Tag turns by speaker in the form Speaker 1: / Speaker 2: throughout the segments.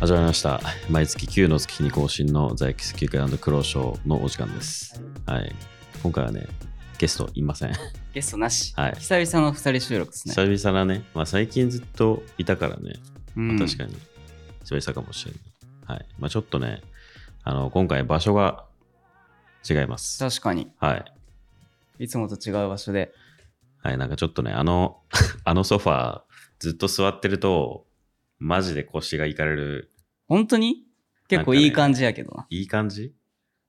Speaker 1: 始まりました。毎月9の月に更新の在籍休暇苦労賞のお時間です。はい。今回はね、ゲストいません。
Speaker 2: ゲストなし。
Speaker 1: はい
Speaker 2: 久々の二人収録ですね。
Speaker 1: 久々なね、まあ最近ずっといたからね、
Speaker 2: うん
Speaker 1: 確かに久々かもしれない。はい。まあちょっとね、あの、今回場所が違います。
Speaker 2: 確かに。
Speaker 1: はい。
Speaker 2: いつもと違う場所で。
Speaker 1: はい、なんかちょっとね、あの、 あのソファー、ずっと座ってると、マジで腰がいかれる、
Speaker 2: 本当に結構
Speaker 1: なんかね
Speaker 2: いい感じやけどな。
Speaker 1: いい感じ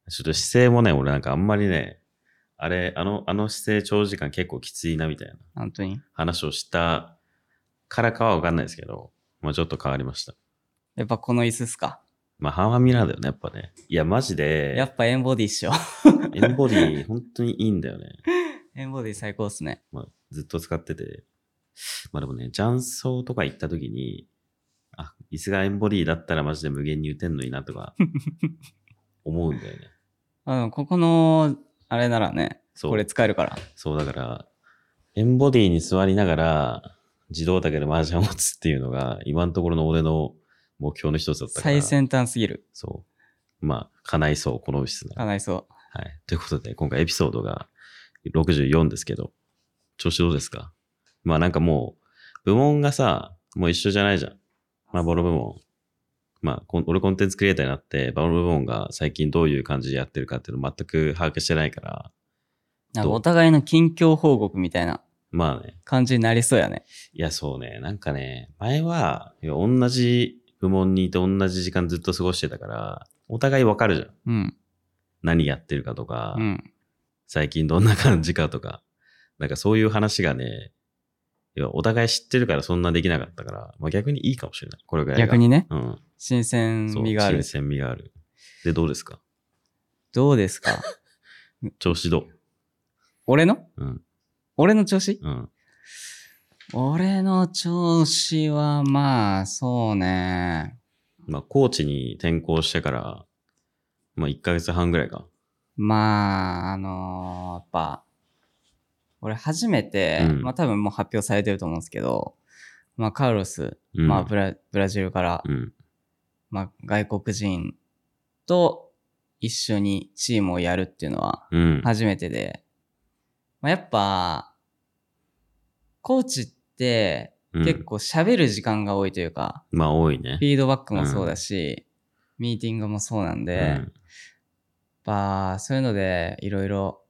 Speaker 1: ちょっと姿勢もね、俺なんかあんまりね、あれ、あの、あの姿勢長時間結構きついなみたいな
Speaker 2: 本当に。
Speaker 1: 話をしたからかはわかんないですけど、まあちょっと変わりました。
Speaker 2: やっぱこの椅子っすか。
Speaker 1: まあ半々ミラーだよね、やっぱね。いや、マジで、
Speaker 2: やっぱエンボディっしょ。
Speaker 1: エンボディ、本当にいいんだよね。
Speaker 2: エンボディ最高っすね。
Speaker 1: まあ、ずっと使ってて。まあでもね、雀荘とか行った時に、あ、椅子がエンボディだったらマジで無限に打てんのになとか、思うんだよ ね。
Speaker 2: あのここの、あれならね、
Speaker 1: そう。
Speaker 2: これ使えるから。
Speaker 1: そうだから、エンボディに座りながら、自動竹で麻雀を打つっていうのが、今のところの俺の目標の一つだったから。
Speaker 2: 最先端すぎる。
Speaker 1: そう。まあ、叶いそう、この室なら。
Speaker 2: かないそ
Speaker 1: はい。ということで、今回エピソードが64ですけど、調子どうですかまあなんかもう、部門がさ、もう一緒じゃないじゃん。まあ、ボロ部門。まあ、こん俺コンテンツクリエイターになって、バロ部門が最近どういう感じでやってるかっていうの全く把握してないから、
Speaker 2: う。なん
Speaker 1: ど
Speaker 2: か
Speaker 1: う
Speaker 2: お互いの近況報告みたいな
Speaker 1: まあね。
Speaker 2: 感じになりそうやね。
Speaker 1: いや、そうね。なんかね、前は、いや同じ部門にいて同じ時間ずっと過ごしてたから、お互いわかるじゃん。
Speaker 2: うん。
Speaker 1: 何やってるかとか、
Speaker 2: うん。
Speaker 1: 最近どんな感じかとか、なんかそういう話がね、いやお互い知ってるからそんなできなかったから、まあ、逆にいいかもしれない。これぐらいが。
Speaker 2: 逆。にね、
Speaker 1: うん。
Speaker 2: 新鮮
Speaker 1: そう。
Speaker 2: 味がある
Speaker 1: 新。鮮味がある。で、どうですか
Speaker 2: どうですか
Speaker 1: 調子ど
Speaker 2: 俺の
Speaker 1: ううん。
Speaker 2: 俺の調子
Speaker 1: うん。
Speaker 2: 俺の調子は、まあ、そうね。
Speaker 1: まあ、高知に転校してから、まあ、1ヶ月半ぐらいか。
Speaker 2: まあ、あのーやっぱ、俺初めて、
Speaker 1: うん
Speaker 2: まあ多分もう発表されてると思うんですけど、まあカウロス、
Speaker 1: うん。
Speaker 2: まあブラブラジルから、
Speaker 1: うん。
Speaker 2: まあ外国人と一緒にチームをやるっていうのは
Speaker 1: うん。
Speaker 2: 初めてで、まあやっぱ、コーチって
Speaker 1: うん
Speaker 2: 結構喋る時間が多いというか、
Speaker 1: まあ、多いね
Speaker 2: フ。ィードバックもそうだし、ミーティングもそうなんで、やっぱそういうのでいろいろ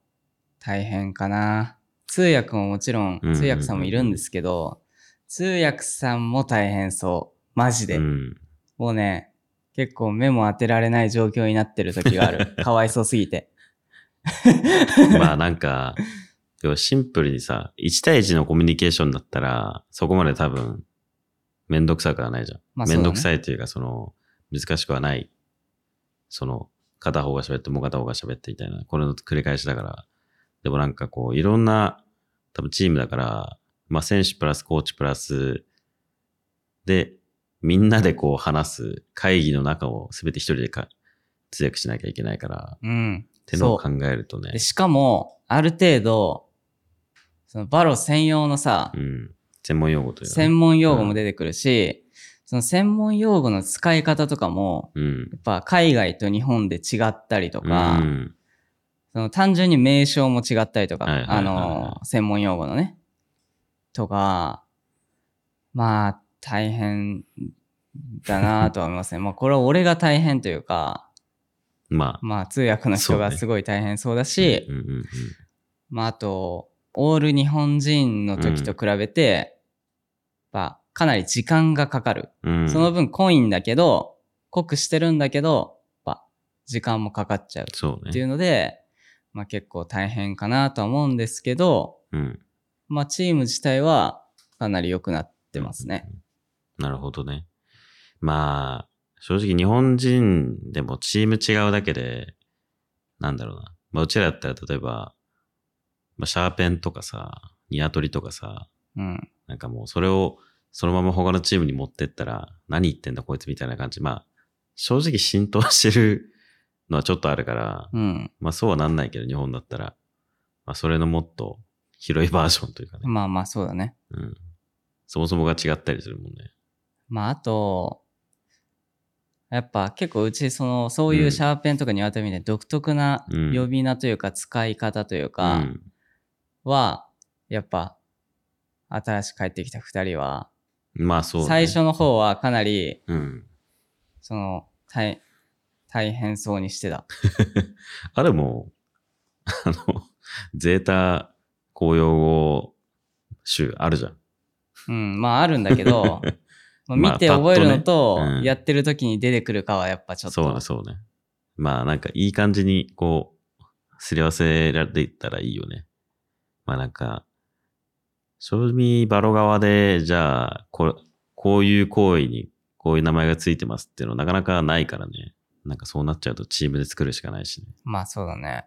Speaker 2: 大変かな。通訳ももちろん
Speaker 1: うんうんう、ん
Speaker 2: 通訳さんもいるんですけど、通訳さんも大変そう。マジで。
Speaker 1: うん。うん
Speaker 2: もうね、結構目も当てられない状況になってる時が ある。かわいそうすぎて。
Speaker 1: まあなんか、要はシンプルにさ、1対1のコミュニケーションだったら、そこまで多分、めんどくさくはないじゃん。
Speaker 2: まあ
Speaker 1: めんどく
Speaker 2: い。
Speaker 1: さいというか、その、難しくはない。その、片方が喋って、もう片方が喋ってみたいな、これの繰り返しだから。でもなんかこう、いろんな、多分チームだから、まあ選手プラスコーチプラス、で、みんなでこう話す会議の中を全て一人でか通訳しなきゃいけないから、
Speaker 2: うん。
Speaker 1: ってのを考えるとね
Speaker 2: で。しかも、ある程度、そのバロ専用のさ、
Speaker 1: うん。専門用語というかね
Speaker 2: 専門用語も出てくるし、その専門用語の使い方とかも、
Speaker 1: うん。
Speaker 2: やっぱ海外と日本で違ったりとか、
Speaker 1: うん。
Speaker 2: その単純に名称も違ったりとか、
Speaker 1: はいはいはい
Speaker 2: あ
Speaker 1: はい
Speaker 2: の、専門用語のね、とか、まあ、大変だなとは思いますね。まあ、 これは俺が大変というか、
Speaker 1: まあ。
Speaker 2: まあ、通訳の人がすごい大変そうだし、
Speaker 1: うんうんうん
Speaker 2: まあ、あと、オール日本人の時と比べて、やっぱかなり時間がかかる。
Speaker 1: うん。
Speaker 2: その分濃いんだけど、濃くしてるんだけど、やっぱ時間もかかっちゃう
Speaker 1: そう
Speaker 2: ってい
Speaker 1: ね。
Speaker 2: うので、まあ結構大変かなとは思うんですけど、
Speaker 1: うん。
Speaker 2: まあチーム自体はかなり良くなってますね。
Speaker 1: なるほどね。まあ、正直日本人でもチーム違うだけで、なんだろうな。まあ、うちらだったら例えば、まあ、シャーペンとかさ、ニワトリとかさ、
Speaker 2: うん。
Speaker 1: なんかもうそれをそのまま他のチームに持ってったら、何言ってんだこいつみたいな感じ。まあ、正直浸透してるのはちょっとあるから、
Speaker 2: うん。
Speaker 1: まあそうはなんないけど、日本だったら。まあそれのもっと広いバージョンというかね。
Speaker 2: まあまあそうだね。
Speaker 1: うん。そもそもが違ったりするもんね。
Speaker 2: まああと、やっぱ結構うちそのそういうシャーペンとかニワトリみたいな独特な
Speaker 1: うん
Speaker 2: 呼び名というか使い方という
Speaker 1: う
Speaker 2: か
Speaker 1: ん。
Speaker 2: はやっぱ新しく帰ってきた二人は
Speaker 1: まあそう、ね。
Speaker 2: 最初の方はかなり
Speaker 1: うん。
Speaker 2: その大大変そうにしてた。
Speaker 1: あれも、 あの、ゼータ公用語集あるじゃん。
Speaker 2: うん、まああるんだけ どまあ
Speaker 1: まあ
Speaker 2: 見て覚えるのと
Speaker 1: パッとねうん
Speaker 2: やってる時に出てくるかはやっぱちょっ
Speaker 1: そうね、
Speaker 2: と
Speaker 1: そうね。まあなんかいい感じにこう、すり合わせられていったらいいよね。まあなんか、正味バロ側で、じゃあこ、こういう行為にこういう名前がついてますっていうのなかなかないからね。なんかそうなっちゃうとチームで作るしかないしね。
Speaker 2: まあそうだね。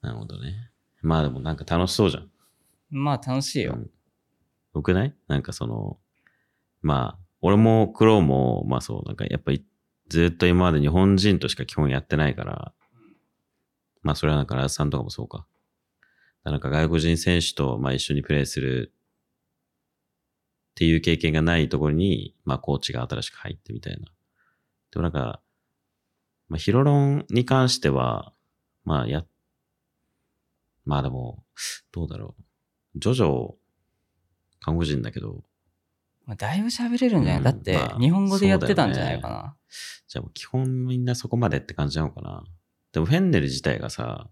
Speaker 1: なるほどね。まあでもなんか楽しそうじゃん。
Speaker 2: まあ楽しいよ
Speaker 1: う。んよくないなんかその、まあ、俺もクローも、まあそう、なんかやっぱりずっと今まで日本人としか基本やってないから、まあそれはなんかラスさんとかもそうか。なんか外国人選手とまあ一緒にプレーするっていう経験がないところに、まあコーチが新しく入ってみたいな。でもなんか、まあヒロロンに関しては、まあや、まあでも、どうだろう。ジョジョ、韓国人だけど、
Speaker 2: まあ、だいぶ喋れるんじゃない、
Speaker 1: うん
Speaker 2: だって
Speaker 1: まあ
Speaker 2: 日本語でやってたんじゃないかな。
Speaker 1: じゃあもう基本みんなそこまでって感じなのかな。でもフェンネル自体がさ、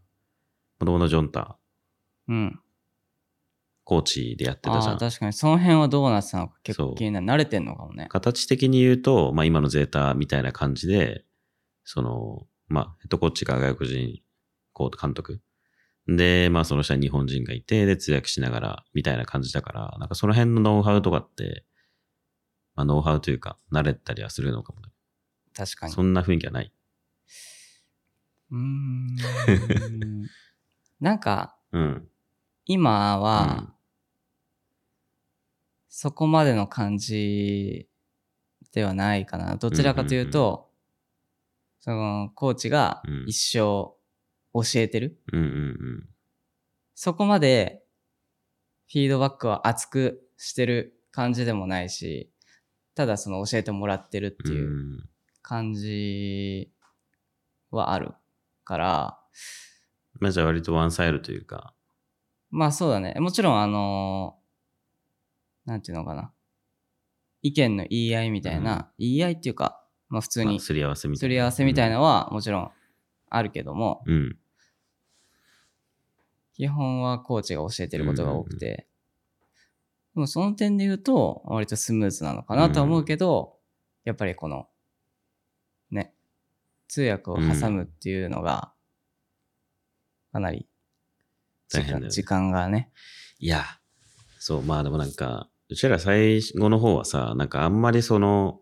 Speaker 1: 子供のジョンタ、
Speaker 2: うん。
Speaker 1: コーチでやってたじゃ
Speaker 2: ああ、
Speaker 1: ん。
Speaker 2: 確かに。その辺はどうなってたのか結
Speaker 1: そ
Speaker 2: 構
Speaker 1: う
Speaker 2: 気になる。慣れてんのかもね。
Speaker 1: 形的に言うと、まあ今のゼータみたいな感じで、その、まあヘッドコーチが外国人こう監督。で、まあその下に日本人がいて、で通訳しながらみたいな感じだから、なんかその辺のノウハウとかって、まあノウハウというか慣れたりはするのかもね。
Speaker 2: 確かに。
Speaker 1: そんな雰囲気はない。
Speaker 2: うーん。 なんか、
Speaker 1: うん。
Speaker 2: 今は、
Speaker 1: うん
Speaker 2: そこまでの感じではないかな。どちらかというと、その、コーチが
Speaker 1: うん
Speaker 2: 一生教えてる。
Speaker 1: うんうんうん。
Speaker 2: そこまでフィードバックは熱くしてる感じでもないし、ただその教えてもらってるっていううん感じはあるから、
Speaker 1: まあじゃあ割とワンサイドというか。
Speaker 2: まあそうだね。もちろんあのなんていうのかな。意見の言い合いみたいな、言い合いっていうか、まあ普通
Speaker 1: ま
Speaker 2: に
Speaker 1: あすり合わせみた
Speaker 2: す
Speaker 1: いな。
Speaker 2: り合わせみたいなのはもちろんあるけども、
Speaker 1: うん。うん。
Speaker 2: 基本はコーチが教えてることが多くて、でもその点で言うと、割とスムーズなのかなとは思うけど、やっぱりこの、ね、通訳を挟むっていうのが、かなり時
Speaker 1: 大
Speaker 2: 間,、
Speaker 1: 変だよね
Speaker 2: 時間がね、
Speaker 1: いや、そう、まあでもなんか、うちら最後の方はさ、なんかあんまりその、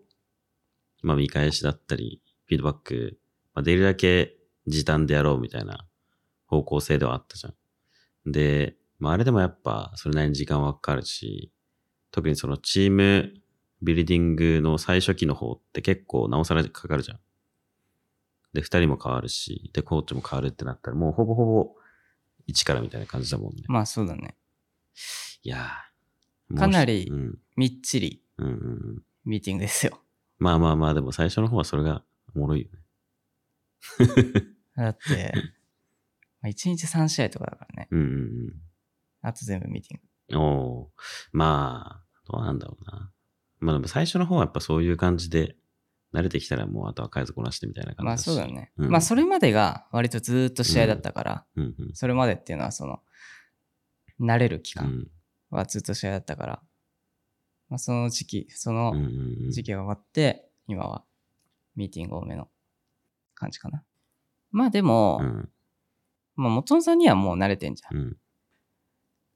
Speaker 1: まあ見返しだったり、フィードバック、まあ、できるだけ時短でやろうみたいな方向性ではあったじゃん。で、まああれでもやっぱそれなりに時間はかかるし、特にそのチームビルディングの最初期の方って結構なおさらかかるじゃん。で、二人も変わるし、で、コーチも変わるってなったら、もうほぼほぼ一からみたいな感じだもんね。
Speaker 2: まあそうだね。
Speaker 1: いやー
Speaker 2: かなり
Speaker 1: もうし
Speaker 2: みっちり
Speaker 1: うん、うんうんうん。
Speaker 2: ミーティングですよ。
Speaker 1: まあまあまあ、でも最初の方はそれがおもろいよね。
Speaker 2: だ って、まあ1日3試合とかだからね。
Speaker 1: うん
Speaker 2: あと全部ミーティング。
Speaker 1: うんうん。おーまあ、どうなんだろうな。まあでも最初の方はやっぱそういう感じで、慣れてきたらもうあとは変えずこなしてみたいな感じ
Speaker 2: まあ
Speaker 1: し
Speaker 2: そうだ。ね。
Speaker 1: うん
Speaker 2: まあそれまでが割とずーっと試合だったから、
Speaker 1: うんうん。
Speaker 2: それまでっていうのはその、慣れる期
Speaker 1: う
Speaker 2: 間
Speaker 1: ん
Speaker 2: はずっと試合だったから、まあ、その時期、その
Speaker 1: うんうんうん、
Speaker 2: 時期が終わって、今はミーティング多めの感じかな。まあでも、
Speaker 1: うん
Speaker 2: まあ元さんにはもう慣れてんじゃん。
Speaker 1: うん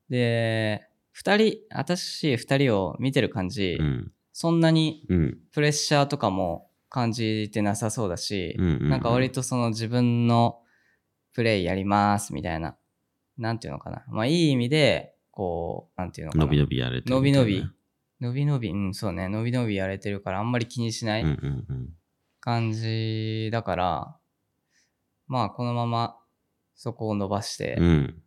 Speaker 2: で、二人、私二人を見てる感じ、
Speaker 1: うん
Speaker 2: そんなに
Speaker 1: うん
Speaker 2: プレッシャーとかも感じてなさそうだし、
Speaker 1: うんうんうん
Speaker 2: なんか割とその自分のプレイやりますみたいな、なんていうのかな。まあいい意味で、こう、なんていうのかな。
Speaker 1: 伸び伸びやれて
Speaker 2: 伸
Speaker 1: る
Speaker 2: び
Speaker 1: みたいな
Speaker 2: 伸び、伸び伸び、うん、そうね、伸び伸びやれてるから、あんまり気にしな
Speaker 1: うんう
Speaker 2: い
Speaker 1: んうん。
Speaker 2: 感じだから、まあ、このままそこを伸ばして、
Speaker 1: うん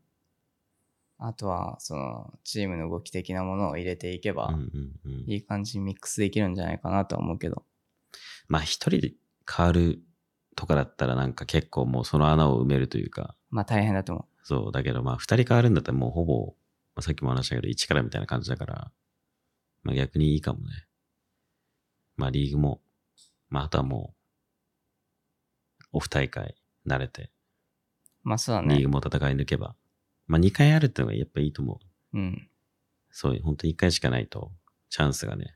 Speaker 2: あとは、その、チームの動き的なものを入れていけば
Speaker 1: う、んうんうん
Speaker 2: いい感じにミックスできるんじゃないかなとは思うけど。
Speaker 1: まあ一人で変わるとかだったらなんか結構もうその穴を埋めるというか、
Speaker 2: まあ大変だと思
Speaker 1: そう、だけどまあ二人変わるんだったらもうほぼ、まあ、さっきも話したけど一からみたいな感じだから、まあ逆にいいかもね。まあリーグも、まああとはもう、オフ大会慣れて、
Speaker 2: う。まあそうだ
Speaker 1: リー
Speaker 2: ね
Speaker 1: グ。も戦い抜けば、まあ2回あるってのがやっぱいいと思う。
Speaker 2: うん。
Speaker 1: そう、本当に1回しかないと、チャンスがね、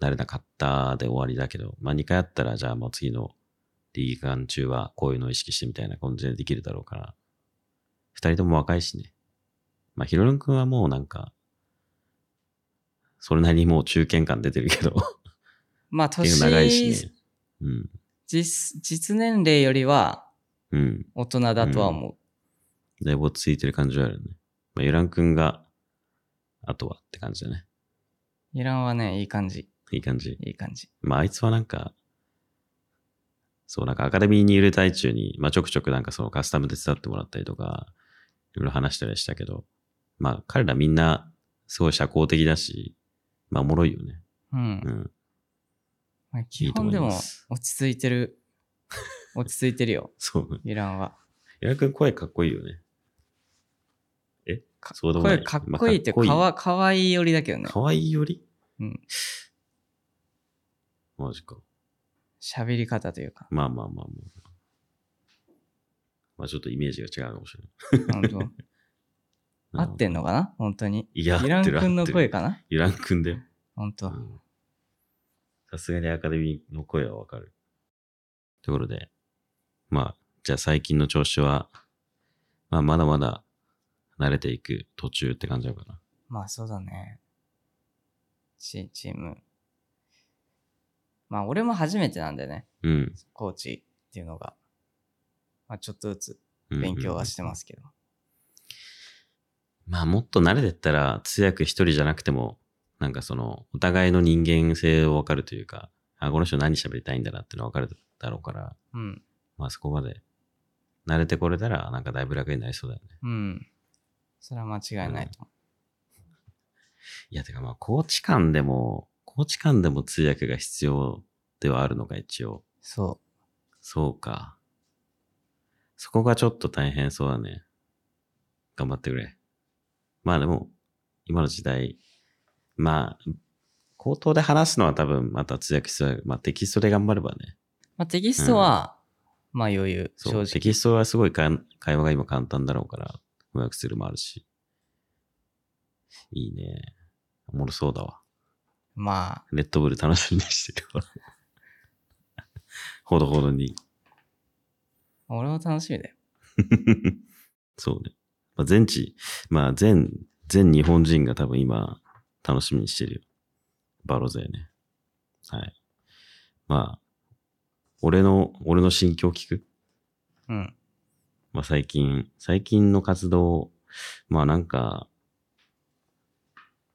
Speaker 1: 慣れなかったで終わりだけど、まあ2回あったら、じゃあもう次のリーグ間中はこういうのを意識してみたいな感じでできるだろうから、2人とも若いしね。まあ、ヒロロン君はもうなんか、それなりにもう中堅感出てるけど、
Speaker 2: まあ
Speaker 1: 結
Speaker 2: 年、
Speaker 1: 構長いしね。うん。
Speaker 2: 実、実年齢よりは
Speaker 1: うん。
Speaker 2: 大人だとは思う。
Speaker 1: だいぶ落ち着いてる感じはあるよね。まあ、ユラン君が、あとはって感じだね。
Speaker 2: イランはね、いい感じ。
Speaker 1: いい感じ。
Speaker 2: いい感じ。
Speaker 1: まあ、あいつはなんか、そう、なんかアカデミーにいる最中に、まあ、ちょくちょくなんかそのカスタム手伝ってもらったりとか、いろいろ話したりしたけど、まあ、彼らみんな、すごい社交的だし、まあ、おもろいよね。
Speaker 2: うん
Speaker 1: う。ん。
Speaker 2: まあ、
Speaker 1: い
Speaker 2: 基
Speaker 1: いと思
Speaker 2: 本
Speaker 1: い
Speaker 2: でも
Speaker 1: ます
Speaker 2: 落ち着い てる。落ち着いてるよ、
Speaker 1: そう。
Speaker 2: イランは。
Speaker 1: 平井くん声かっこいいよね。え
Speaker 2: か
Speaker 1: そうでもない
Speaker 2: 声かっこいいって
Speaker 1: まあ
Speaker 2: かわ、かわいい寄りだけどね。
Speaker 1: かわいいより
Speaker 2: うん。
Speaker 1: マジか。。
Speaker 2: 喋り方というか
Speaker 1: まあまあまあまあ。まあちょっとイメージが違うかもしれ ない。
Speaker 2: 本当合ってんのかな本当に。
Speaker 1: いや、
Speaker 2: イラン君の声
Speaker 1: か。
Speaker 2: かな
Speaker 1: イラン君だよ。
Speaker 2: 本当。
Speaker 1: うんさすがにアカデミーの声はわかる。ところで、まあ、じゃあ最近の調子は、まあ、まだまだ慣れていく途中って感じなのかな。
Speaker 2: まあそうだね。チチーム。まあ俺も初めてなんでね、
Speaker 1: うん。
Speaker 2: コーチっていうのが。まあちょっとずつ
Speaker 1: うん
Speaker 2: 勉強はしてますけど。
Speaker 1: まあ、もっと慣れてったら、通訳一人じゃなくても、なんかその、お互いの人間性をわかるというか、あ、この人何喋りたいんだなってのはわかるだろうから、
Speaker 2: うん。
Speaker 1: まあそこまで慣れてこれたら、なんかだいぶ楽になりそうだよね。
Speaker 2: うん。それは間違いないと思
Speaker 1: いや、てかまあ、コーチ間でも、コーチ間でも通訳が必要ではあるのか、一応。
Speaker 2: う。そ
Speaker 1: そうか。そこがちょっと大変そうだね。頑張ってくれ。まあでも、今の時代、まあ、口頭で話すのは多分また通訳必要だまあテキストで頑張ればね。
Speaker 2: う。まあテキストは、まあ余裕、正
Speaker 1: そう、テ
Speaker 2: 直。
Speaker 1: キストはすごいかん会話が今簡単だろうから、翻訳するもあるし。いいね。おもろそうだわ。
Speaker 2: まあ、
Speaker 1: レッドブル楽しみにしてるわ。 ほどほどに。
Speaker 2: 俺も楽しみだよ。
Speaker 1: そうね。まあ、全地、まあ、全、全日本人が多分今、楽しみにしてるよ。バロ勢ね。はい。まあ、俺の、俺の心境聞く
Speaker 2: うん。
Speaker 1: まあ、最近、最近の活動、まあなんか、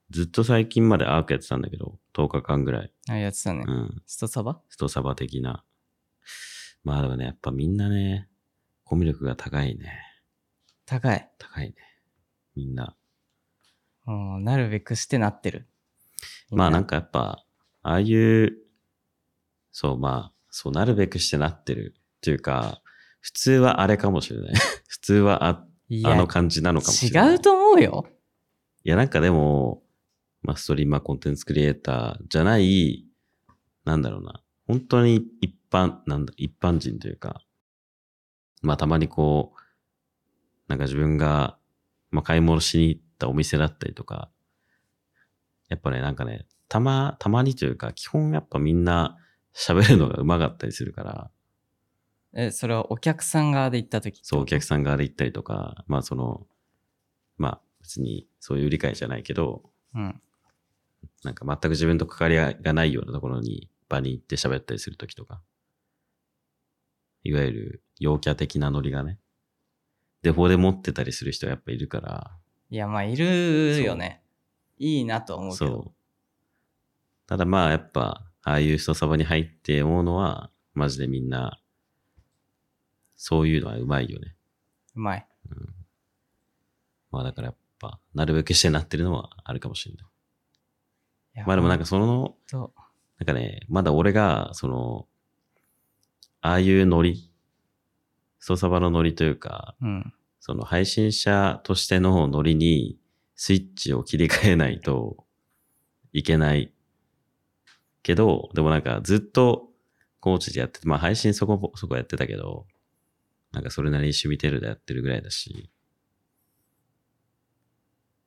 Speaker 1: ずっと最近までアークやってたんだけど、10日間ぐらい。
Speaker 2: あやってたね
Speaker 1: う。ん。
Speaker 2: ストサバ
Speaker 1: ストサバ的な。まあでもね、やっぱみんなね、コミュ力が高いね。
Speaker 2: 高い。
Speaker 1: 高いね。みんな。
Speaker 2: もうなるべくしてなってる。
Speaker 1: まあなん
Speaker 2: か。
Speaker 1: かやっぱ、ああいう、そうまあ、そうなるべくしてなってるっていうか、普通はあれかもしれない。 普通はあ
Speaker 2: いや
Speaker 1: あの感じなのかもしれない。
Speaker 2: 違うと思うよ。
Speaker 1: いやなんかでも、まあストリーマーコンテンツクリエイターじゃない、なんだろうな。本当に一般、なんだ、一般人というか、まあたまにこう、なんか自分が、まあ買い物しに行ったお店だったりとか、やっぱね、なんかね、たま、たまにというか、基本やっぱみんな喋るのが上手かったりするから、
Speaker 2: え、それはお客さん側で行った時
Speaker 1: そう、お客
Speaker 2: さ
Speaker 1: さん側で行ったりとか、まあその、まあ別にそういう理解じゃないけど、
Speaker 2: ん。うん。
Speaker 1: なんか全く自分と関わりがないようなところに場に行って喋ったりするときとか、いわゆる陽キャ的なノリがね、デフォで持ってたりする人はやっぱいるから、
Speaker 2: いや、まあ、いるよね。いいなと思うけど。
Speaker 1: そう。ただまあやっぱ、ああいう人サバに入って思うのは、マジでみんな、そういうのはうまいよね。
Speaker 2: うまい。
Speaker 1: まあだからやっぱ、なるべくしてなってるのはあるかもしれない。
Speaker 2: いや
Speaker 1: まあでもなん
Speaker 2: か。
Speaker 1: かその、
Speaker 2: ほんと
Speaker 1: なんかね、まだ俺が、その、ああいうノリ、ソサバのノリというか、
Speaker 2: うん。
Speaker 1: その配信者としてのノリにスイッチを切り替えないといけない。けど、でもなんかずっとコーチでやってて、まあ配信そこそこやってたけど、なんかそれなりに趣味程度でやってるぐらいだし、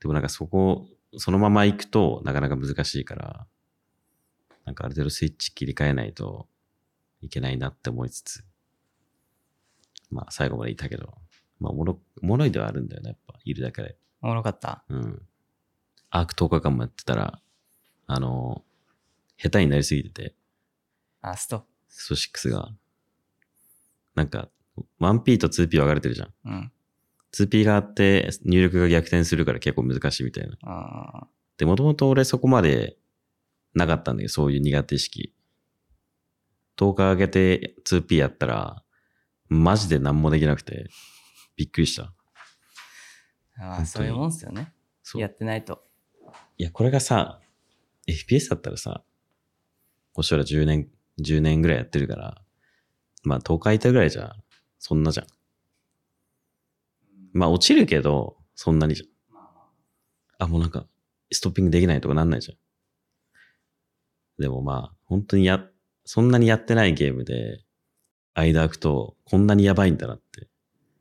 Speaker 1: でもなんかそこ、そのまま行くとなかなか難しいから、なんかある程度スイッチ切り替えないといけないなって思いつつ、まあ最後までいたけど、まあ、おもろ、おもろいではあるんだよね、やっぱ、いるだけで。
Speaker 2: おもろかった。
Speaker 1: うん。アーク10日間もやってたら、あの、下手になりすぎてて、
Speaker 2: あ、スト。
Speaker 1: ソシックスが。なんか、1P と 2P 分かれてるじゃん。
Speaker 2: うん。
Speaker 1: 2P があって、入力が逆転するから結構難しいみたいな。
Speaker 2: あ
Speaker 1: で、もともと俺そこまでなかったんだけど、そういう苦手意識。10日上げて 2P やったら、マジで何もできなくて、びっくりした。
Speaker 2: ー
Speaker 1: 本
Speaker 2: あ
Speaker 1: 当
Speaker 2: ー、
Speaker 1: に
Speaker 2: そういうもんっすよね。
Speaker 1: そう
Speaker 2: やってないと。
Speaker 1: いや、これがさ、FPS だったらさ、こっちら10年、10年ぐらいやってるから、まあ10日いたぐらいじゃ、そんなじゃん。まあ落ちるけど、そんなにじゃん。あ、もうなんか、ストッピングできないとかなんないじゃん。でもまあ、本当にや、そんなにやってないゲームで、間空くと、こんなにやばいんだなって、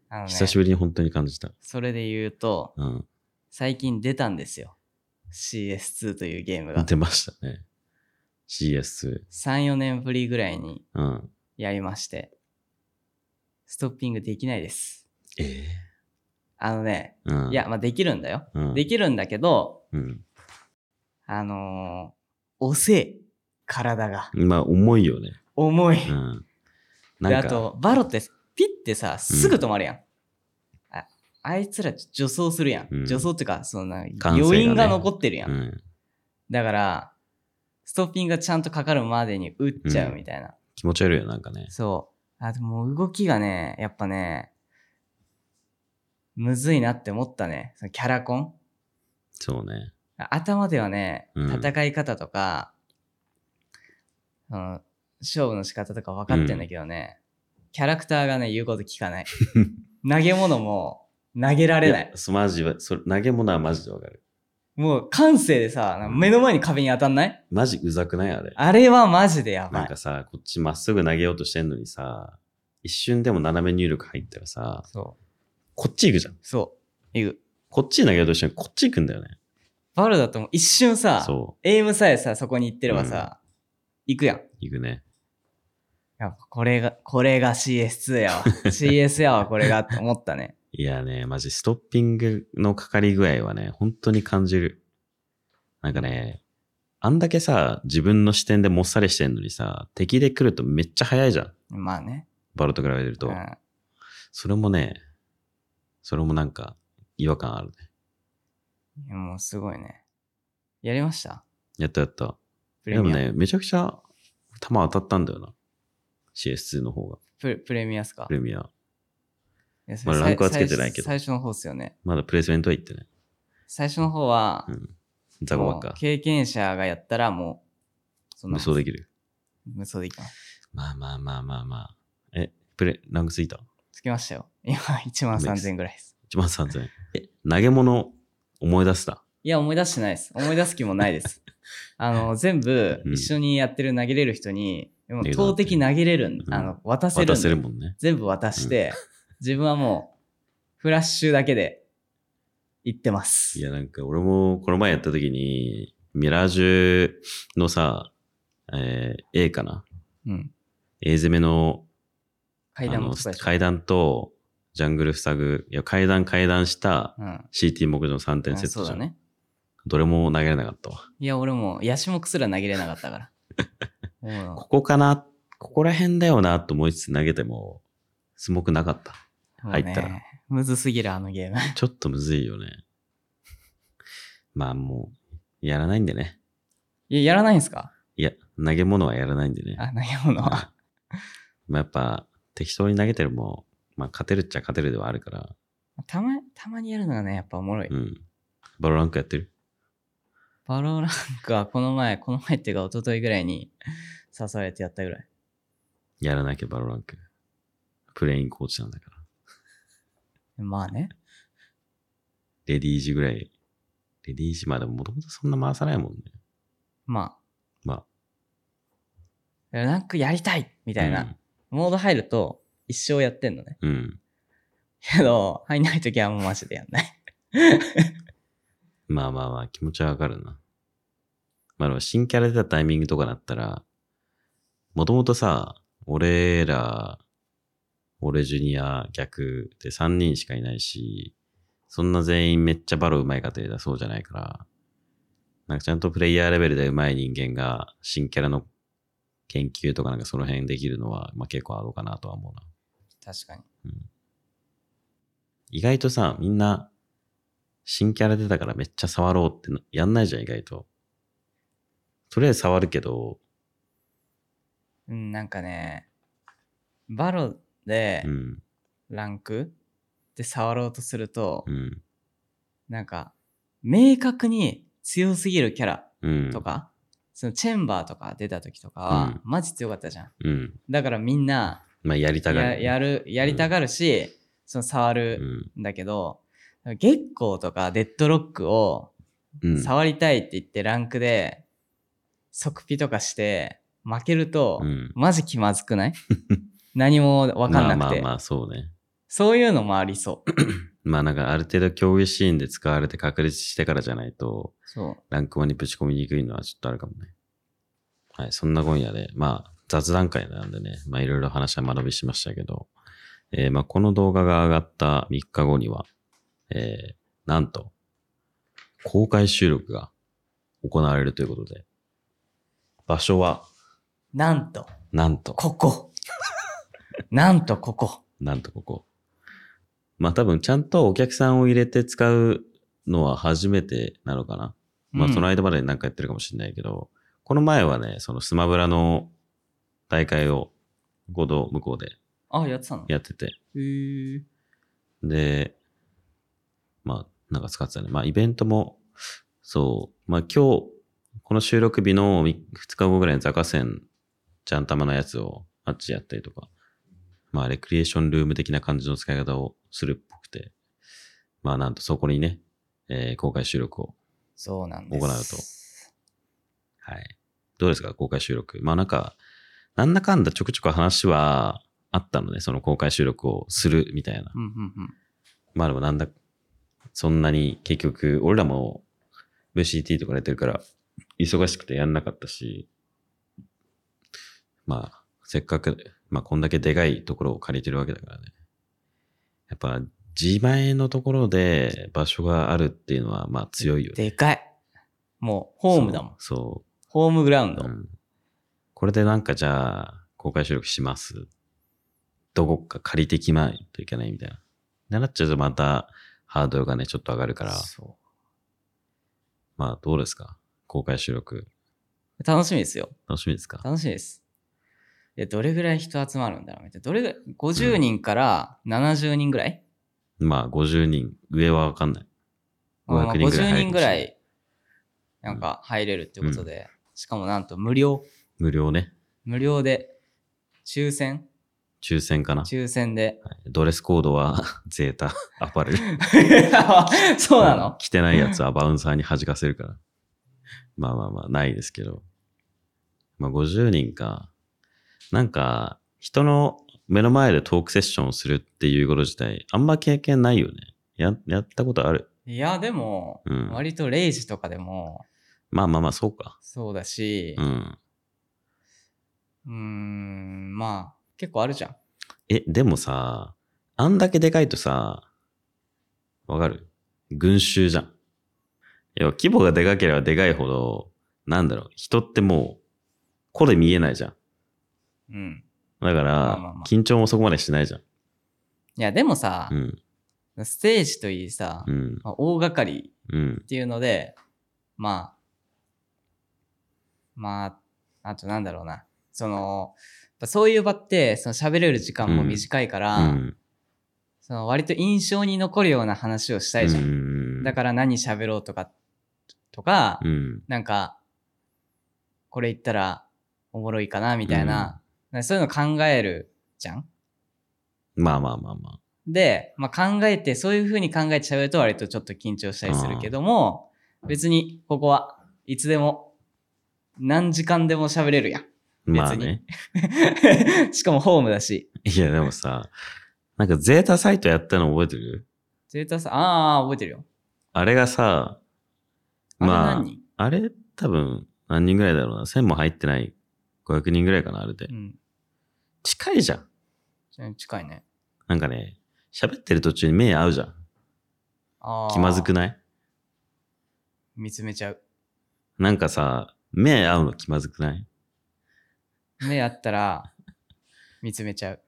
Speaker 2: あのね
Speaker 1: 久しぶりに本当に感じた。
Speaker 2: それで言うと、
Speaker 1: うん。
Speaker 2: 最近出たんですよ。CS2 というゲームが。
Speaker 1: 出ましたね。CS。
Speaker 2: 3、4年ぶりぐらいに
Speaker 1: うん。
Speaker 2: やりまして。ストッピングできないです。
Speaker 1: ええ
Speaker 2: あのね、
Speaker 1: うん。
Speaker 2: いや、まあできるんだよ。
Speaker 1: うん、
Speaker 2: できるんだけど、
Speaker 1: うん。
Speaker 2: あのー、遅え。体が。
Speaker 1: まあ、重いよね。
Speaker 2: 重い。
Speaker 1: うん。
Speaker 2: で、
Speaker 1: な
Speaker 2: あ
Speaker 1: んか、
Speaker 2: と、バロって、ピッてさ、すぐ止まるやん。ああいつら助走するやん。
Speaker 1: うん
Speaker 2: 助走っていうか、そのな、
Speaker 1: 性がね
Speaker 2: 余韻が残ってるやん。
Speaker 1: うん。
Speaker 2: だから、ストッピングがちゃんとかかるまでに打っちゃうみたいな。
Speaker 1: 気持ち悪いよ、なんかね。
Speaker 2: そう。あ、でも動きがね、やっぱね、むずいなって思ったね。そのキャラコン
Speaker 1: そうね。
Speaker 2: 頭ではね、
Speaker 1: うん
Speaker 2: 戦い方とか、その勝負の仕方とか分かってんだけどね、キャラクターがね、言うこと聞か ない。投げ物も投げら
Speaker 1: あ
Speaker 2: れない。
Speaker 1: そマジは、それ投げ物はマジでわかる。
Speaker 2: もう感性でさ、なんか目の前に壁に当たんない
Speaker 1: マジうざくないあれ。
Speaker 2: あれはマジでやば
Speaker 1: なん
Speaker 2: い
Speaker 1: か。さ、こっちまっすぐ投げようとしてんのにさ、一瞬でも斜め入力入ったらさ、
Speaker 2: そ
Speaker 1: こっち行くじゃん。
Speaker 2: う。そう。いう。
Speaker 1: こっちに投げようとしてんのにこっち行くんだよね。
Speaker 2: バルだともう一瞬さ、
Speaker 1: そ
Speaker 2: エイムさえさ、そこに行ってればさ、行くやん。
Speaker 1: う、行くね。
Speaker 2: やっぱこれが、これが CS2 やわ。CS やわ、これがって思ったね。
Speaker 1: いやね、マジストッピングのかかり具合はね、本当に感じる。なんかね、あんだけさ、自分の視点でもっさりしてんのにさ、敵で来るとめっちゃ早いじゃん。
Speaker 2: まあね。
Speaker 1: バロと比べると。
Speaker 2: うん
Speaker 1: それもね、それもなんか違和感あるね。
Speaker 2: いやもうすごいね。やりました
Speaker 1: やったやった。
Speaker 2: プレ
Speaker 1: でも
Speaker 2: ミア、
Speaker 1: ね、めちゃくちゃ球当たったんだよな。CS2 の方が、
Speaker 2: プレプレミアスか
Speaker 1: プ。レミア。
Speaker 2: いやそ
Speaker 1: まあ
Speaker 2: れ
Speaker 1: ランクは
Speaker 2: 最
Speaker 1: つけてないけど
Speaker 2: 最初最初の方っすよね。
Speaker 1: まだプレイスメントは行ってね。
Speaker 2: 最初の方は
Speaker 1: う、んザコばっ
Speaker 2: も
Speaker 1: か
Speaker 2: う。経験者がやったらもう、そんな
Speaker 1: 無双できる。
Speaker 2: 無双できます。
Speaker 1: まあまあまあまあまあ。え、プレ、ランクついた
Speaker 2: つきましたよ。今、1万3000ぐらいです。
Speaker 1: ?1 万3000円。え、投げ物思い出した。
Speaker 2: いや、思い出してないです。思い出す気もな いです。あの、全部
Speaker 1: うん
Speaker 2: 一緒にやってる投げれる人に、でも
Speaker 1: 投げた
Speaker 2: 投擲投げれるん、
Speaker 1: うん
Speaker 2: あの、渡せるん
Speaker 1: 渡
Speaker 2: で
Speaker 1: せるもんね。
Speaker 2: 全部渡して、自分はもう、フラッシュだけで、行ってます。
Speaker 1: いや、なんか俺もこの前やった時に、ミラージュのさ、えー A かな
Speaker 2: うん。
Speaker 1: ?A 攻めの
Speaker 2: 階段
Speaker 1: あ
Speaker 2: も
Speaker 1: の
Speaker 2: そうでしょ。
Speaker 1: 階段とジャングル塞ぐ、いや、階段階段した
Speaker 2: うん。
Speaker 1: CT 木の3点
Speaker 2: あ
Speaker 1: セッ
Speaker 2: そ
Speaker 1: ト
Speaker 2: う
Speaker 1: じゃ
Speaker 2: だ
Speaker 1: ん、
Speaker 2: ね。
Speaker 1: どれも投げれなかったわ。
Speaker 2: いや、俺も、ヤシモクすら投げれなかっ たから。も
Speaker 1: ここかな、ここら辺だよなと思いつつ投げても、スモークなかった。
Speaker 2: う、
Speaker 1: 入ったら
Speaker 2: もうね。むずすぎる、あのゲーム。
Speaker 1: ちょっとむずいよね。まあもう、やらないんでね。
Speaker 2: いや、やらないんすか
Speaker 1: いや、投げ物はやらないんでね。
Speaker 2: あ、投げ物 は。
Speaker 1: まあやっぱ、適当に投げてるも、まあ勝てるっちゃ勝てるではあるから、
Speaker 2: たま、たまにやるのがね、やっぱおもろい。
Speaker 1: うん。バロランクやってる
Speaker 2: パロランカ、この前、この前っていうか、一昨日ぐらいに誘われてやったぐらい。
Speaker 1: やらなきゃバロランク。プレインコーチなんだから。
Speaker 2: まあね。
Speaker 1: レディージぐらい。レディージ、まあでももともとそんな回さないもんね。
Speaker 2: ま
Speaker 1: まあ。
Speaker 2: あ、ランクやりたいみ
Speaker 1: み
Speaker 2: たいな、。モード入ると、一生やってんのね。
Speaker 1: うん。
Speaker 2: けど、入んないときはもうマジでやんない。
Speaker 1: まあまあまあ、気持ちはわかるな。まあでも新キャラ出たタイミングとかだったら、もともとさ、俺ら、俺ジュニア逆で3人しかいないし、そんな全員めっちゃバロうまいかといえばそうじゃないから、なんかちゃんとプレイヤーレベルでうまい人間が新キャラの研究とかなんかその辺できるのは、まあ結構あろうかなとは思うな。
Speaker 2: 確かに。
Speaker 1: 意外とさ、みんな、新キャラ出たからめっちゃ触ろうってなやんないじゃん、意外と。とりあえず触るけど、
Speaker 2: うん、なんかね、バロで
Speaker 1: うん、
Speaker 2: ランクで触ろうとすると、
Speaker 1: うん、
Speaker 2: なんか、明確に強すぎるキャラ
Speaker 1: うん。
Speaker 2: と。か、そのチェンバーとか出た時とかは、
Speaker 1: うん
Speaker 2: マジ強かったじゃん。
Speaker 1: うん。
Speaker 2: だからみんな
Speaker 1: まあ、やりたが
Speaker 2: や
Speaker 1: る。
Speaker 2: やる、やりたがるし、その触
Speaker 1: う
Speaker 2: る
Speaker 1: ん。
Speaker 2: んだけど、月光とかデッドロックを
Speaker 1: うん。
Speaker 2: 触りたいって言ってランクで即ピとかして負けると、
Speaker 1: うん
Speaker 2: マジ気まずくない 何もわかんなくて、
Speaker 1: まあまあまあ、そうね。
Speaker 2: そういうのもありそう。
Speaker 1: まあなんかある程度競技シーンで使われて確立してからじゃないと、
Speaker 2: そう。
Speaker 1: ランクマにぶち込みにくいのはちょっとあるかもね。はい、そんな今夜で、まあ雑談会なんでね、まあいろいろ話は学びしましたけど、えーまあこの動画が上がった3日後には、えーなんと、公開収録が行われるということで、場所は、
Speaker 2: なんと、
Speaker 1: なんと、
Speaker 2: ここ。なんとここ。
Speaker 1: なんとここ。まあ多分ちゃんとお客さんを入れて使うのは初めてなのかな。 まあ、
Speaker 2: うん
Speaker 1: その間までなんかやってるかもしれないけど、この前はね、そのスマブラの大会を5度向こうで
Speaker 2: あ、やってたの
Speaker 1: やってて、
Speaker 2: へー
Speaker 1: で、まあ、なんか使ってたね。まあ、イベントも、そう、まあ今日、この収録日の2日後ぐらいにザカセンちゃんたまのやつをあっちやったりとか、まあ、レクリエーションルーム的な感じの使い方をするっぽくて、まあ、なんとそこにね、えー公開収録を
Speaker 2: そうなんです。
Speaker 1: 行うとはい。どうですか、公開収録。まあなんか、なんだかんだちょくちょく話はあったので、その公開収録をするみたいな。
Speaker 2: うんうんうん。
Speaker 1: まあでもなんだ、そんなに結局、俺らも VCT とかやってるから、忙しくてやんなかったし、まあ、せっかく、まあこんだけでかいところを借りてるわけだからね。やっぱ、自前のところで場所があるっていうのは、まあ強いよね。
Speaker 2: でかい。もう、ホームだもん。
Speaker 1: そうそう。
Speaker 2: ホームグラウンド。
Speaker 1: うんこれでなんかじゃあ、公開収録します。どこか借りてきまいといけないみたいな。でなっちゃうとまたハードルがね、ちょっと上がるから、
Speaker 2: そ
Speaker 1: まあどうですか公開収録。
Speaker 2: う楽しみですよ。
Speaker 1: 楽しみですか
Speaker 2: 楽しみです。で、どれぐらい人集まるんだろうみたいな。どれぐらい、50人から70人ぐらい、
Speaker 1: まあ50人、上はわかんない。
Speaker 2: まあまあ
Speaker 1: 500人ぐらい入るかもしれない
Speaker 2: 50人ぐらい、なんか入れるってことで、しかもなんと無料、
Speaker 1: 無料ね。
Speaker 2: 無料で、抽選
Speaker 1: 抽選かな。
Speaker 2: 抽選で。
Speaker 1: はいドレスコードは ゼータ、アパレル。
Speaker 2: そうなの
Speaker 1: 着てないやつはバウンサーに弾かせるから。まあまあまあ、ないですけど。まあ50人か。なんか、人の目の前でトークセッションをするっていうこと自体、あんま経験ないよね。や、やったことある。
Speaker 2: いや、でも、
Speaker 1: うん
Speaker 2: 割と0時とかでも、
Speaker 1: まあまあまあ、そうか。
Speaker 2: そうだし
Speaker 1: う、ん。
Speaker 2: うーん、まあ、結構あるじゃん。
Speaker 1: え、でもさ、あんだけでかいとさ、わかる群衆じゃん。要は規模がでかければでかいほど、なんだろう、人ってもう、これ見えないじゃん。
Speaker 2: うん。
Speaker 1: だから、
Speaker 2: まあまあまあ
Speaker 1: 緊張もそこまでしないじゃん。
Speaker 2: いや、でもさ
Speaker 1: う、ん。
Speaker 2: ステージといいさ、
Speaker 1: うん。
Speaker 2: まあ、大掛かり
Speaker 1: うん
Speaker 2: っ。ていうので、まあ、まあ、あとなんだろうな。その、やっぱそういう場って、その喋れる時間も短いから、
Speaker 1: うん。
Speaker 2: その割と印象に残るような話をしたいじゃん。
Speaker 1: うん
Speaker 2: だから何喋ろうとか、とか、
Speaker 1: うん。
Speaker 2: なんか、これ言ったらおもろいかな、みたいな、なんかそういうの考えるじゃん
Speaker 1: まあまあまあまあ。
Speaker 2: で、まあ、考えて、そういう風に考えちゃうと割とちょっと緊張したりするけども、別にここはいつでも、何時間でも喋れるやん。
Speaker 1: まあね。
Speaker 2: しかもホームだし。
Speaker 1: いや、でもさ、なんかゼータサイトやったの覚えてる
Speaker 2: ゼータさん、ああ、覚えてるよ。
Speaker 1: あれがさ、
Speaker 2: あれ
Speaker 1: まあ
Speaker 2: 何人、
Speaker 1: あれ多分何人ぐらいだろうな。1000も入ってない500人ぐらいかな、あれで
Speaker 2: う。ん。
Speaker 1: 近いじゃん。
Speaker 2: 近いね。
Speaker 1: なんかね、喋ってる途中に目合うじゃん。
Speaker 2: ああ。
Speaker 1: 気まずく。ない
Speaker 2: 見つめちゃう。
Speaker 1: なんかさ、目合うの気まずくない
Speaker 2: 目あったら、見つめちゃ う。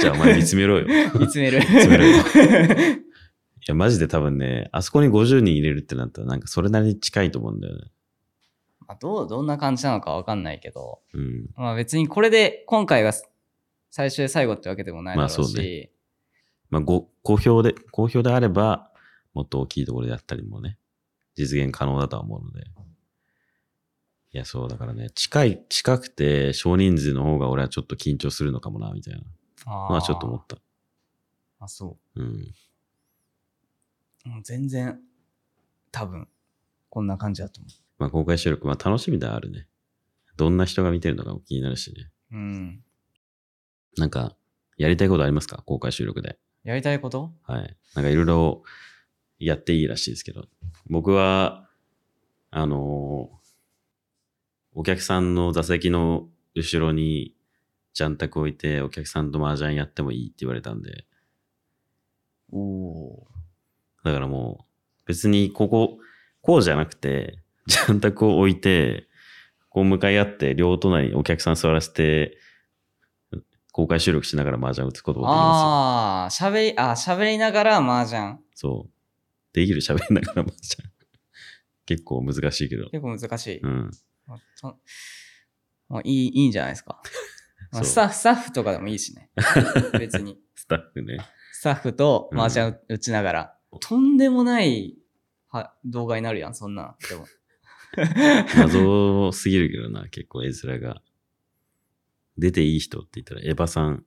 Speaker 1: じゃあお前見つめ ろよ。い
Speaker 2: 見つめる。見
Speaker 1: つめるよ
Speaker 2: る。
Speaker 1: や、マジで多分ね、あそこに50人入れるってなったら、なんかそれなりに近いと思うんだよね。
Speaker 2: まあ、どう、どんな感じなのかわかんないけど。
Speaker 1: うん。
Speaker 2: まあ別にこれで今回が最終で最後ってわけでもないだろうし、
Speaker 1: まあそうまあ、ご、好評で、好評であれば、もっと大きいところであったりもね、実現可能だとは思うので。いや、そう、だからね、近い、近くて少人数の方が俺はちょっと緊張するのかもな、みたいな。
Speaker 2: あー
Speaker 1: まあ、ちょっと思った。
Speaker 2: あ、そ
Speaker 1: うん。
Speaker 2: う。もう全然、多分、こんな感じだと思
Speaker 1: まあ、公開収録、まあ、楽しみではあるね。どんな人が見てるのかも気になるしね。
Speaker 2: う。うん。
Speaker 1: なんか、やりたいことありますか公開収録で。
Speaker 2: やりたいこと
Speaker 1: はい。なんかいろいろやっていいらしいですけど。僕は、あのーお客さんの座席の後ろに、ジャンタク置いて、お客さんと麻雀やってもいいって言われたんで、
Speaker 2: おお。
Speaker 1: だからもう、別にここ、こうじゃなくて、 ジャンタクを置いて、こう向かい合って、両隣にお客さん座らせて、公開収録しながら麻雀打つこともできま
Speaker 2: ああ、喋り、あ、喋りながら麻雀。
Speaker 1: すよ。そう。できる喋りながら麻雀。結構難しいけど。
Speaker 2: 結構難しい。
Speaker 1: うん。
Speaker 2: まあとまあいい、いいんじゃないで すか。ま
Speaker 1: そ
Speaker 2: あ
Speaker 1: う
Speaker 2: スタッフ、スタッフとかでもいいしね。別に。
Speaker 1: スタッフね。
Speaker 2: スタッフと麻雀打ちながら、とんでもないは動画になるやん、そんなん。でも。
Speaker 1: 謎すぎるけどな、結構絵面が。出ていい人って言ったら、エヴァさん。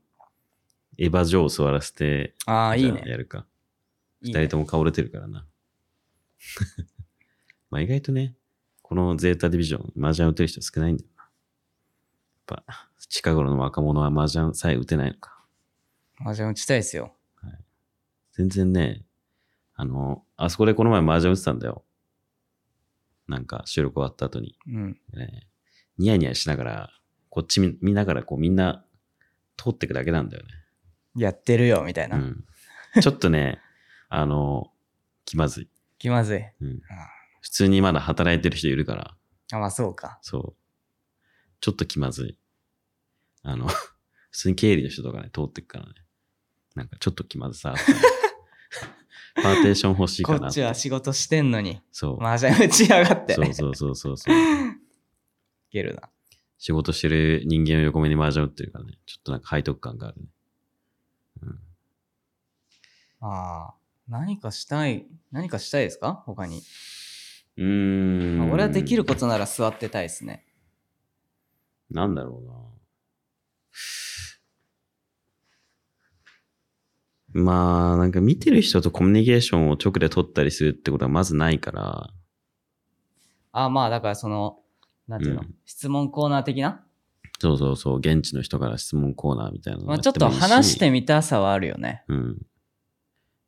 Speaker 1: エヴァジョーを座らせて、
Speaker 2: ああ、い い
Speaker 1: じゃあ
Speaker 2: ね。
Speaker 1: やるか。
Speaker 2: いい
Speaker 1: 二
Speaker 2: ね
Speaker 1: 人とも倒れてるからな。 まあ意外とね、このゼータディビジョン、麻雀打てる人少ないんだよな。やっぱ、近頃の若者は麻雀さえ打てないのか。
Speaker 2: 麻雀打ちたいですよ。
Speaker 1: 全然ね、あの、あそこでこの前麻雀打ってたんだよ。なんか収録終わった後に。
Speaker 2: うん。
Speaker 1: ね、ニヤニヤしながら、こっち見見ながら、こうみんな通ってくだけなんだよね。
Speaker 2: やってるよ、みたいうな。
Speaker 1: ん。ちょっとね、 あの、気まずい。
Speaker 2: 気まずい。
Speaker 1: うん普通にまだ働いてる人いるから、
Speaker 2: あ、まあそうか。
Speaker 1: そう。ちょっと気まずい。あの、 普通に経理の人とかね、通ってくからね。なんかちょっと気まずさあった ね。パーテーション欲しい
Speaker 2: こ
Speaker 1: かなっ
Speaker 2: っち
Speaker 1: て
Speaker 2: は仕事してんのに、
Speaker 1: そう。
Speaker 2: 麻雀打ちやがって。
Speaker 1: そう
Speaker 2: い
Speaker 1: そうそうそうそう。
Speaker 2: けるな。
Speaker 1: 仕事してる人間の横目に麻雀打ってるからね。ちょっとなんか背徳感があるね。
Speaker 2: ああ。何かしたい、何かしたいですか他に。
Speaker 1: うー
Speaker 2: まあ
Speaker 1: ん。
Speaker 2: 俺はできることなら座ってたいですね。
Speaker 1: なんだろうな。まあ、なんか見てる人とコミュニケーションを直で取ったりするってことはまずないから、
Speaker 2: ああ、まあだからその、なんていうの、
Speaker 1: うん
Speaker 2: 質問コーナー的な、
Speaker 1: そうそうそう、現地の人から質問コーナーみたいなの
Speaker 2: ま
Speaker 1: や
Speaker 2: あ
Speaker 1: っ
Speaker 2: ちょって
Speaker 1: も
Speaker 2: と
Speaker 1: いいし
Speaker 2: 話し。てみたさはあるよね。
Speaker 1: うん。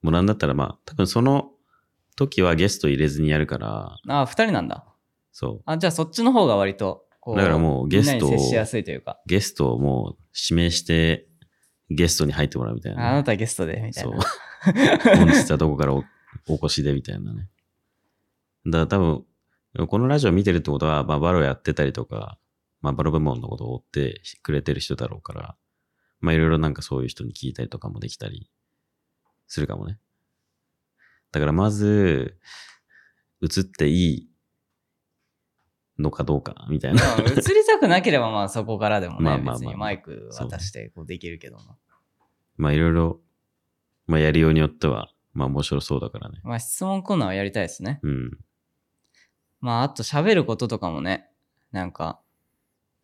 Speaker 1: もうなんだったらまあ、多分その時はゲスト入れずにやるから、
Speaker 2: ああ、二人なんだ。
Speaker 1: そう、
Speaker 2: あ、じゃあそっちの方が割と、こう、
Speaker 1: だからもうゲストを
Speaker 2: みんなに接しやすいというか、
Speaker 1: ゲストをもう指名して、ゲストに入ってもらうみたい
Speaker 2: ああ
Speaker 1: な。
Speaker 2: なたゲストで、みたい
Speaker 1: そう
Speaker 2: な。。
Speaker 1: 本日はどこからおお越しでみたいなね。だから多分、このラジオ見てるってことは、まあ、バロやってたりとか、まあ、バロ部門のことを追ってくれてる人だろうから、まあ、いろいろなんかそういう人に聞いたりとかもできたりするかもね。だからまず、映っていいのかどうか、みたいな。
Speaker 2: まあ映りたくなければ、まあそこからでもね、
Speaker 1: まあまあまあ
Speaker 2: 別にマイク渡してこうできるけども。
Speaker 1: まあ、いろいろ、まあ、やりようによっては、まあ、面白そうだからね。
Speaker 2: まあ質問コーナーはやりたいですね。
Speaker 1: うん。
Speaker 2: まあ、あと喋ることとかもね、なんか、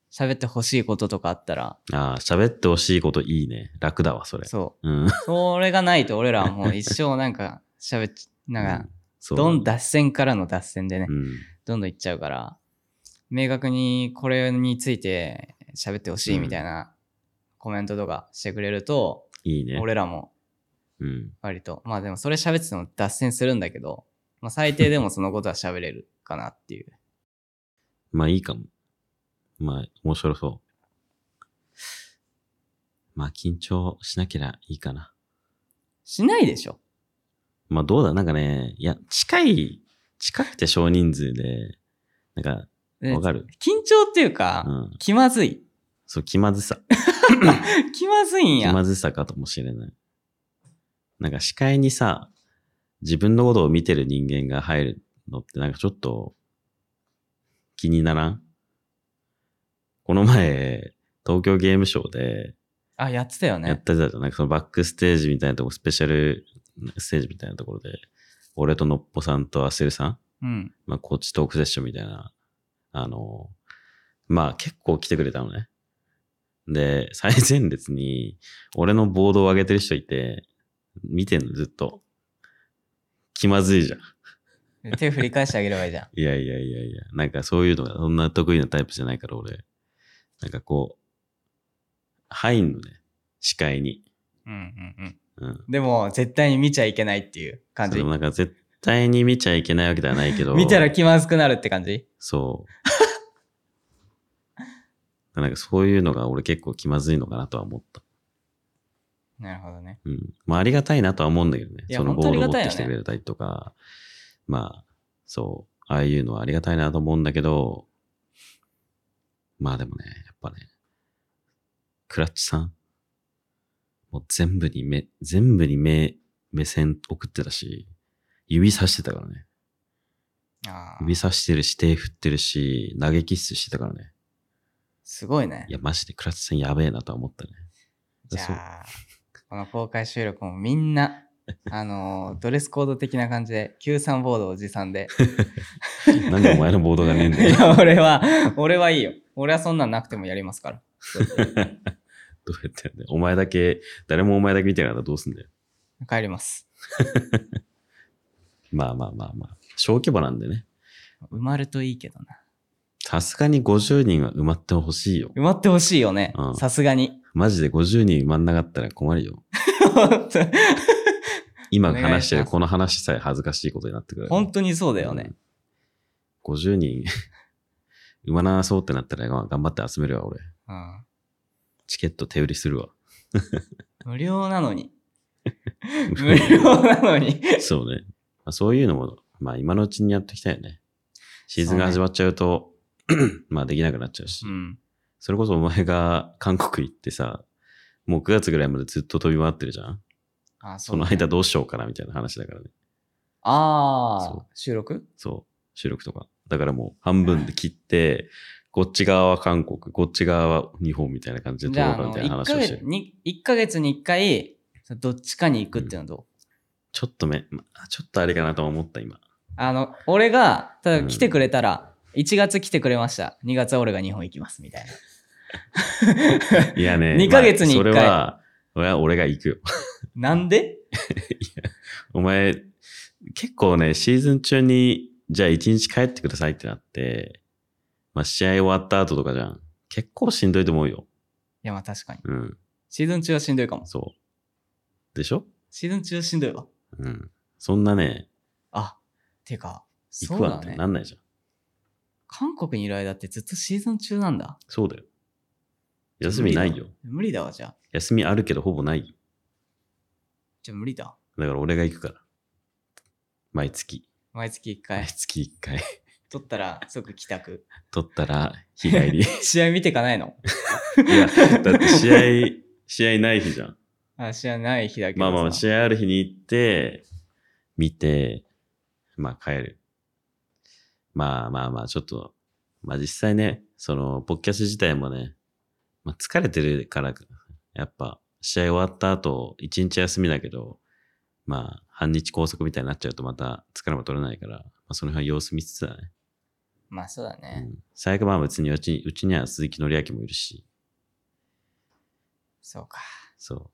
Speaker 2: 喋ってほしいこととかあったら、
Speaker 1: ああ、喋ってほしいこといいね。楽だわ、それ。。
Speaker 2: そう
Speaker 1: ん。
Speaker 2: う。それがないと俺らはもう一生なんか喋っち、なんか、
Speaker 1: そう
Speaker 2: どん脱線からの脱線でね
Speaker 1: う、ん。
Speaker 2: どんどん行っちゃうから、明確にこれについて喋ってほしいみたいなコメントとかしてくれると、
Speaker 1: いいね。
Speaker 2: 俺らも
Speaker 1: うん。
Speaker 2: 割と、まあでもそれ喋ってても脱線するんだけど、まあ最低でもそのことは喋れるかなっていう。
Speaker 1: まあいいかも。まあ面白そう。まあ緊張しなけりゃいいかな。
Speaker 2: しないでしょ
Speaker 1: まあどうだなんかね、いや、近い、近くて少人数で、なんか、わかる、
Speaker 2: 緊張っていうか、
Speaker 1: うん。
Speaker 2: 気まずい。
Speaker 1: そう、気まずさ。
Speaker 2: 気まずいん
Speaker 1: 気
Speaker 2: や。
Speaker 1: まずさかともしれない。なんか視界にさ、自分のことを見てる人間が入るのってなんかちょっと気にならんこの前、東京ゲームショウで
Speaker 2: あ、やってたよ
Speaker 1: やっ
Speaker 2: ね。
Speaker 1: てたじゃん、なんかそのバックステージみたいなとこ、スペシャルステージみたいなところで、俺とのっぽさんとアセルさん、
Speaker 2: うん。
Speaker 1: まあ、コーチトークセッションみたいな、あの、まあ結構来てくれたのね。で、最前列に、俺のボードを上げてる人いて、見てんの、ずっと。気まずいじゃん。
Speaker 2: 手振り返してあげればいいじゃん。
Speaker 1: いやいやいやいや、なんかそういうのがそんな得意なタイプじゃないから、俺。なんかこう、入んのね、視界に。
Speaker 2: うんうんうん。
Speaker 1: うん。
Speaker 2: でも、絶対に見ちゃいけないっていう感
Speaker 1: そ
Speaker 2: じ
Speaker 1: れも。なんか絶対に見ちゃいけないわけではないけど。
Speaker 2: 見たら気まずくなるって感じ
Speaker 1: そう。なんかそういうのが俺結構気まずいのかなとは思った。
Speaker 2: なるほどね。
Speaker 1: うん。まあありがたいなとは思うんだけどね。
Speaker 2: いや
Speaker 1: その
Speaker 2: 本
Speaker 1: ボー
Speaker 2: 当あり
Speaker 1: ドを持
Speaker 2: がた
Speaker 1: っ
Speaker 2: いよね
Speaker 1: てきてくれたりとか、まあ、そう、ああいうのはありがたいなと思うんだけど、まあでもね、やっぱね、クラッチさん、もう全部に目、全部に目、目線送ってたし、指さしてたからね。
Speaker 2: ああ。
Speaker 1: 指さしてるし、手振ってるし、投げキッスしてたからね。
Speaker 2: すごいね
Speaker 1: い。や、マジでクラッチさんやべえなとは思ったね。
Speaker 2: じ
Speaker 1: そう
Speaker 2: ゃあ、この公開収録もみん な、あのードレスコード的な感じで、Q3 ボードを持参で。
Speaker 1: なんでお前のボードがねえん
Speaker 2: い
Speaker 1: だよ。
Speaker 2: や、俺は、俺はいいよ。俺はそんなんなくてもやりますから。
Speaker 1: どうやってやんだよ。お前だけ、誰もお前だけ見てなかったらどうすんだよ。
Speaker 2: 帰ります。
Speaker 1: まあまあまあまあ。小規模なんでね。
Speaker 2: 埋まるといいけどな。
Speaker 1: さすがに50人は埋まってほしいよ。
Speaker 2: 埋まってほしいよね
Speaker 1: う。ん
Speaker 2: さす がに。
Speaker 1: マジで50人埋まんなかったら困るよ。
Speaker 2: 本当
Speaker 1: 今話して
Speaker 2: お願いしま
Speaker 1: る
Speaker 2: す
Speaker 1: この話さえ恥ずかしいことになってくる。
Speaker 2: 本当にそうだよね。
Speaker 1: うん。50人 埋まなそうってなったらまあ頑張って集めるわ、俺。
Speaker 2: うん。
Speaker 1: チケット手売りするわ。
Speaker 2: 無料なのに。無料なの に。
Speaker 1: そうね。まあ、そういうのも、まあ今のうちにやっていきたいよね。シーズンが始まっちゃうと、 まあできなくなっちゃうし。
Speaker 2: うん。
Speaker 1: それこそお前が韓国行ってさ、もう9月ぐらいまでずっと飛び回ってるじゃん。
Speaker 2: あ、
Speaker 1: そ
Speaker 2: そう
Speaker 1: の
Speaker 2: だね。
Speaker 1: 間どうしようかなみたいな話だからね。
Speaker 2: あ
Speaker 1: そ
Speaker 2: あ、収録
Speaker 1: そう。収録とか。だからもう半分で切って、こっち側は韓国、こっち側は日本みたいな感じで
Speaker 2: じ
Speaker 1: 撮
Speaker 2: ゃあ
Speaker 1: ろ
Speaker 2: あ
Speaker 1: うかみ
Speaker 2: の
Speaker 1: たいな話
Speaker 2: 1
Speaker 1: を
Speaker 2: ヶ
Speaker 1: して
Speaker 2: 月
Speaker 1: る。
Speaker 2: に、一ヶ月に1回、どっちかに行くっていうのはどう、
Speaker 1: ちょっとめ、まあちょっとあれかなとは思った今。
Speaker 2: あの、俺が、た
Speaker 1: う
Speaker 2: だ
Speaker 1: ん
Speaker 2: 来てくれたら、1月来てくれました。2月は俺が日本行きます、みたいな。
Speaker 1: いやね。
Speaker 2: 二ヶ月に一回
Speaker 1: まあそれは、俺は俺が行くよ。
Speaker 2: なんで
Speaker 1: お前、結構ね、シーズン中に、じゃあ一日帰ってくださいってなって、まあ試合終わった後とかじゃん。結構しんどいと思うよ。
Speaker 2: いや、まあ確かに。
Speaker 1: うん、
Speaker 2: シーズン中はしんどいかも。
Speaker 1: そう。でしょ
Speaker 2: シーズン中はしんどいわ。
Speaker 1: うん。そんなね、
Speaker 2: あ、てか、
Speaker 1: 行
Speaker 2: そ
Speaker 1: く
Speaker 2: う
Speaker 1: わ
Speaker 2: だ
Speaker 1: って
Speaker 2: ね
Speaker 1: な。んないじゃん。
Speaker 2: 韓国にいる間ってずっとシーズン中なんだ。
Speaker 1: そうだよ。休みないよ。
Speaker 2: 無理だわ、じゃあ。
Speaker 1: 休みあるけどほぼないよ。
Speaker 2: じゃあ無理だ。
Speaker 1: だから俺が行くから。毎月。
Speaker 2: 毎月1
Speaker 1: 毎
Speaker 2: 回。
Speaker 1: 月一回
Speaker 2: 取ったら即帰宅。
Speaker 1: 取ったら日帰り。い
Speaker 2: 試合見てかないの
Speaker 1: や、だって試合、試合ない日じゃん。
Speaker 2: あ試合ない日だけど
Speaker 1: ま
Speaker 2: さ。
Speaker 1: あまあ、試合ある日に行って、見て、まあ帰る。まあまあまあ、ちょっと、まあ実際ね、その、ポッキャス自体もね、まあ疲れてるから、やっぱ、試合終わった後、一日休みだけど、まあ、半日拘束みたいになっちゃうとまた疲れも取れないから、まあその辺は様子見つつだね。
Speaker 2: まあそうだ
Speaker 1: う
Speaker 2: ね。
Speaker 1: ん、最悪まあ別にうちうちには鈴木紀明もいるし、
Speaker 2: そうか。
Speaker 1: そう。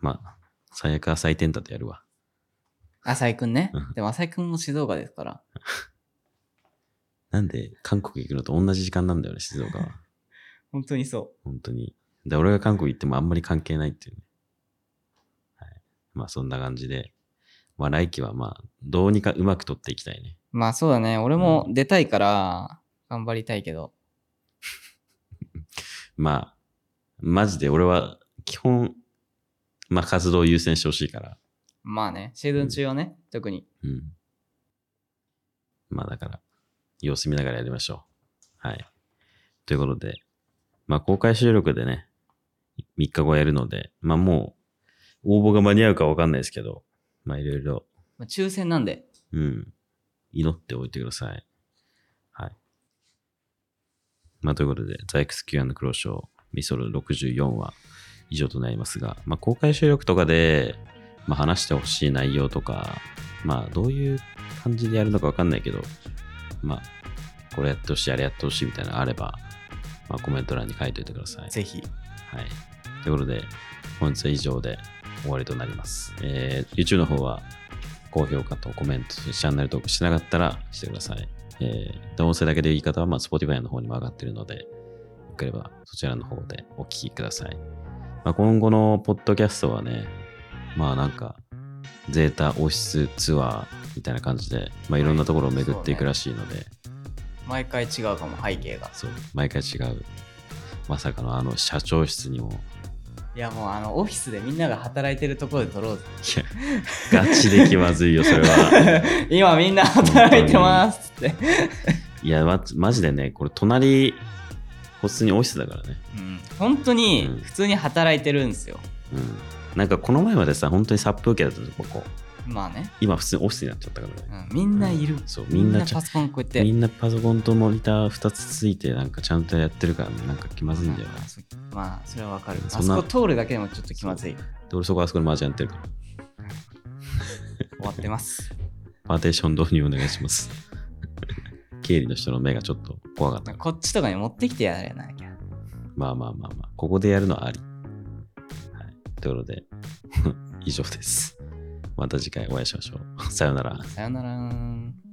Speaker 1: まあ、最悪は採点立てやるわ。
Speaker 2: 浅井くんね
Speaker 1: うん。
Speaker 2: でも浅井くんも静岡ですから。
Speaker 1: なんで韓国行くのと同じ時間なんだよね、静岡は。
Speaker 2: 本当にそ
Speaker 1: 本当に。で、俺が韓国行ってもあんまり関係ないっていうね。はい。まあそんな感じで。まあ来季はまあ、どうにかうまく取っていきたいね。
Speaker 2: う。まあそうだね。俺も出たいから、頑張りたいけど。
Speaker 1: まあ、マジで俺は基本、まあ活動を優先してほしいから。
Speaker 2: まあね、シーズン中はね、特に。
Speaker 1: うん。まあだから、様子見ながらやりましょう。はい。ということで、まあ公開収録でね、3日後やるので、まあもう、応募が間に合うかわかんないですけど、まあいろいろ、
Speaker 2: まあ、抽選なんで。
Speaker 1: うん、祈っておいてください。はい。まあということで、ザイクス Q& クローショー、ミソル64は以上となりますが、まあ公開収録とかで、まあ、話してほしい内容とか、まあ、どういう感じでやるのかわかんないけど、まあ、これやってほしい、あれやってほしいみたいなのあれば、まあ、コメント欄に書いておいてください。
Speaker 2: ぜひ。
Speaker 1: はい。ということで、本日は以上で終わりとなります。えー YouTube の方は、高評価とコメント、チャンネル登録しなかったらしてください。えー、音声だけでいい方は、まあ、Spotify の方にも上がってるので、よければそちらの方でお聞きください。まあ、今後のポッドキャストはね、まあなんか、ゼータ王室ツアーみたいな感じで、まあ、いろんなところを巡っていくらしいので、
Speaker 2: 毎回違うかも、背景が。
Speaker 1: そう、毎回違う。まさかのあの社長室にも
Speaker 2: いやもうあの、オフィスでみんなが働いてるところで撮ろうぜ。
Speaker 1: いや、ガチで気まずいよ、それは。
Speaker 2: 今みんな働いてますって。
Speaker 1: いや、ま、マジでね、これ、隣、普通にオフィスだからね。
Speaker 2: うん本当に
Speaker 1: うん
Speaker 2: 普通に働いてるんですよ。
Speaker 1: うん。なんか、この前までさ、本当に殺風景だったぞ、ここ。
Speaker 2: まあね、
Speaker 1: 今、普通にオフィスになっちゃったから
Speaker 2: う
Speaker 1: ね。
Speaker 2: んみんないる。
Speaker 1: そう、み
Speaker 2: み
Speaker 1: ん
Speaker 2: ん
Speaker 1: な
Speaker 2: な
Speaker 1: ちゃ
Speaker 2: パソコンこうやって。
Speaker 1: みんなパソコンとモニター2つついて、なんかちゃんとやってるからね、なんか気まずいんだよな。
Speaker 2: うんそまあ、それはわかる。
Speaker 1: そ
Speaker 2: あ
Speaker 1: んな
Speaker 2: そこ通るだけでもちょっと気まずい。
Speaker 1: で、俺そこあそこで麻雀やってるから、
Speaker 2: 終わってます。
Speaker 1: パーテーション導入お願いします。 経理の人の目がちょっと怖かったから。
Speaker 2: こっちとかに持ってきてやらなきゃ。
Speaker 1: まあまあまあまあ、ここでやるのはあり。はい。ということで、 以上です。また次回お会いしましょう。さようなら。
Speaker 2: さよならー。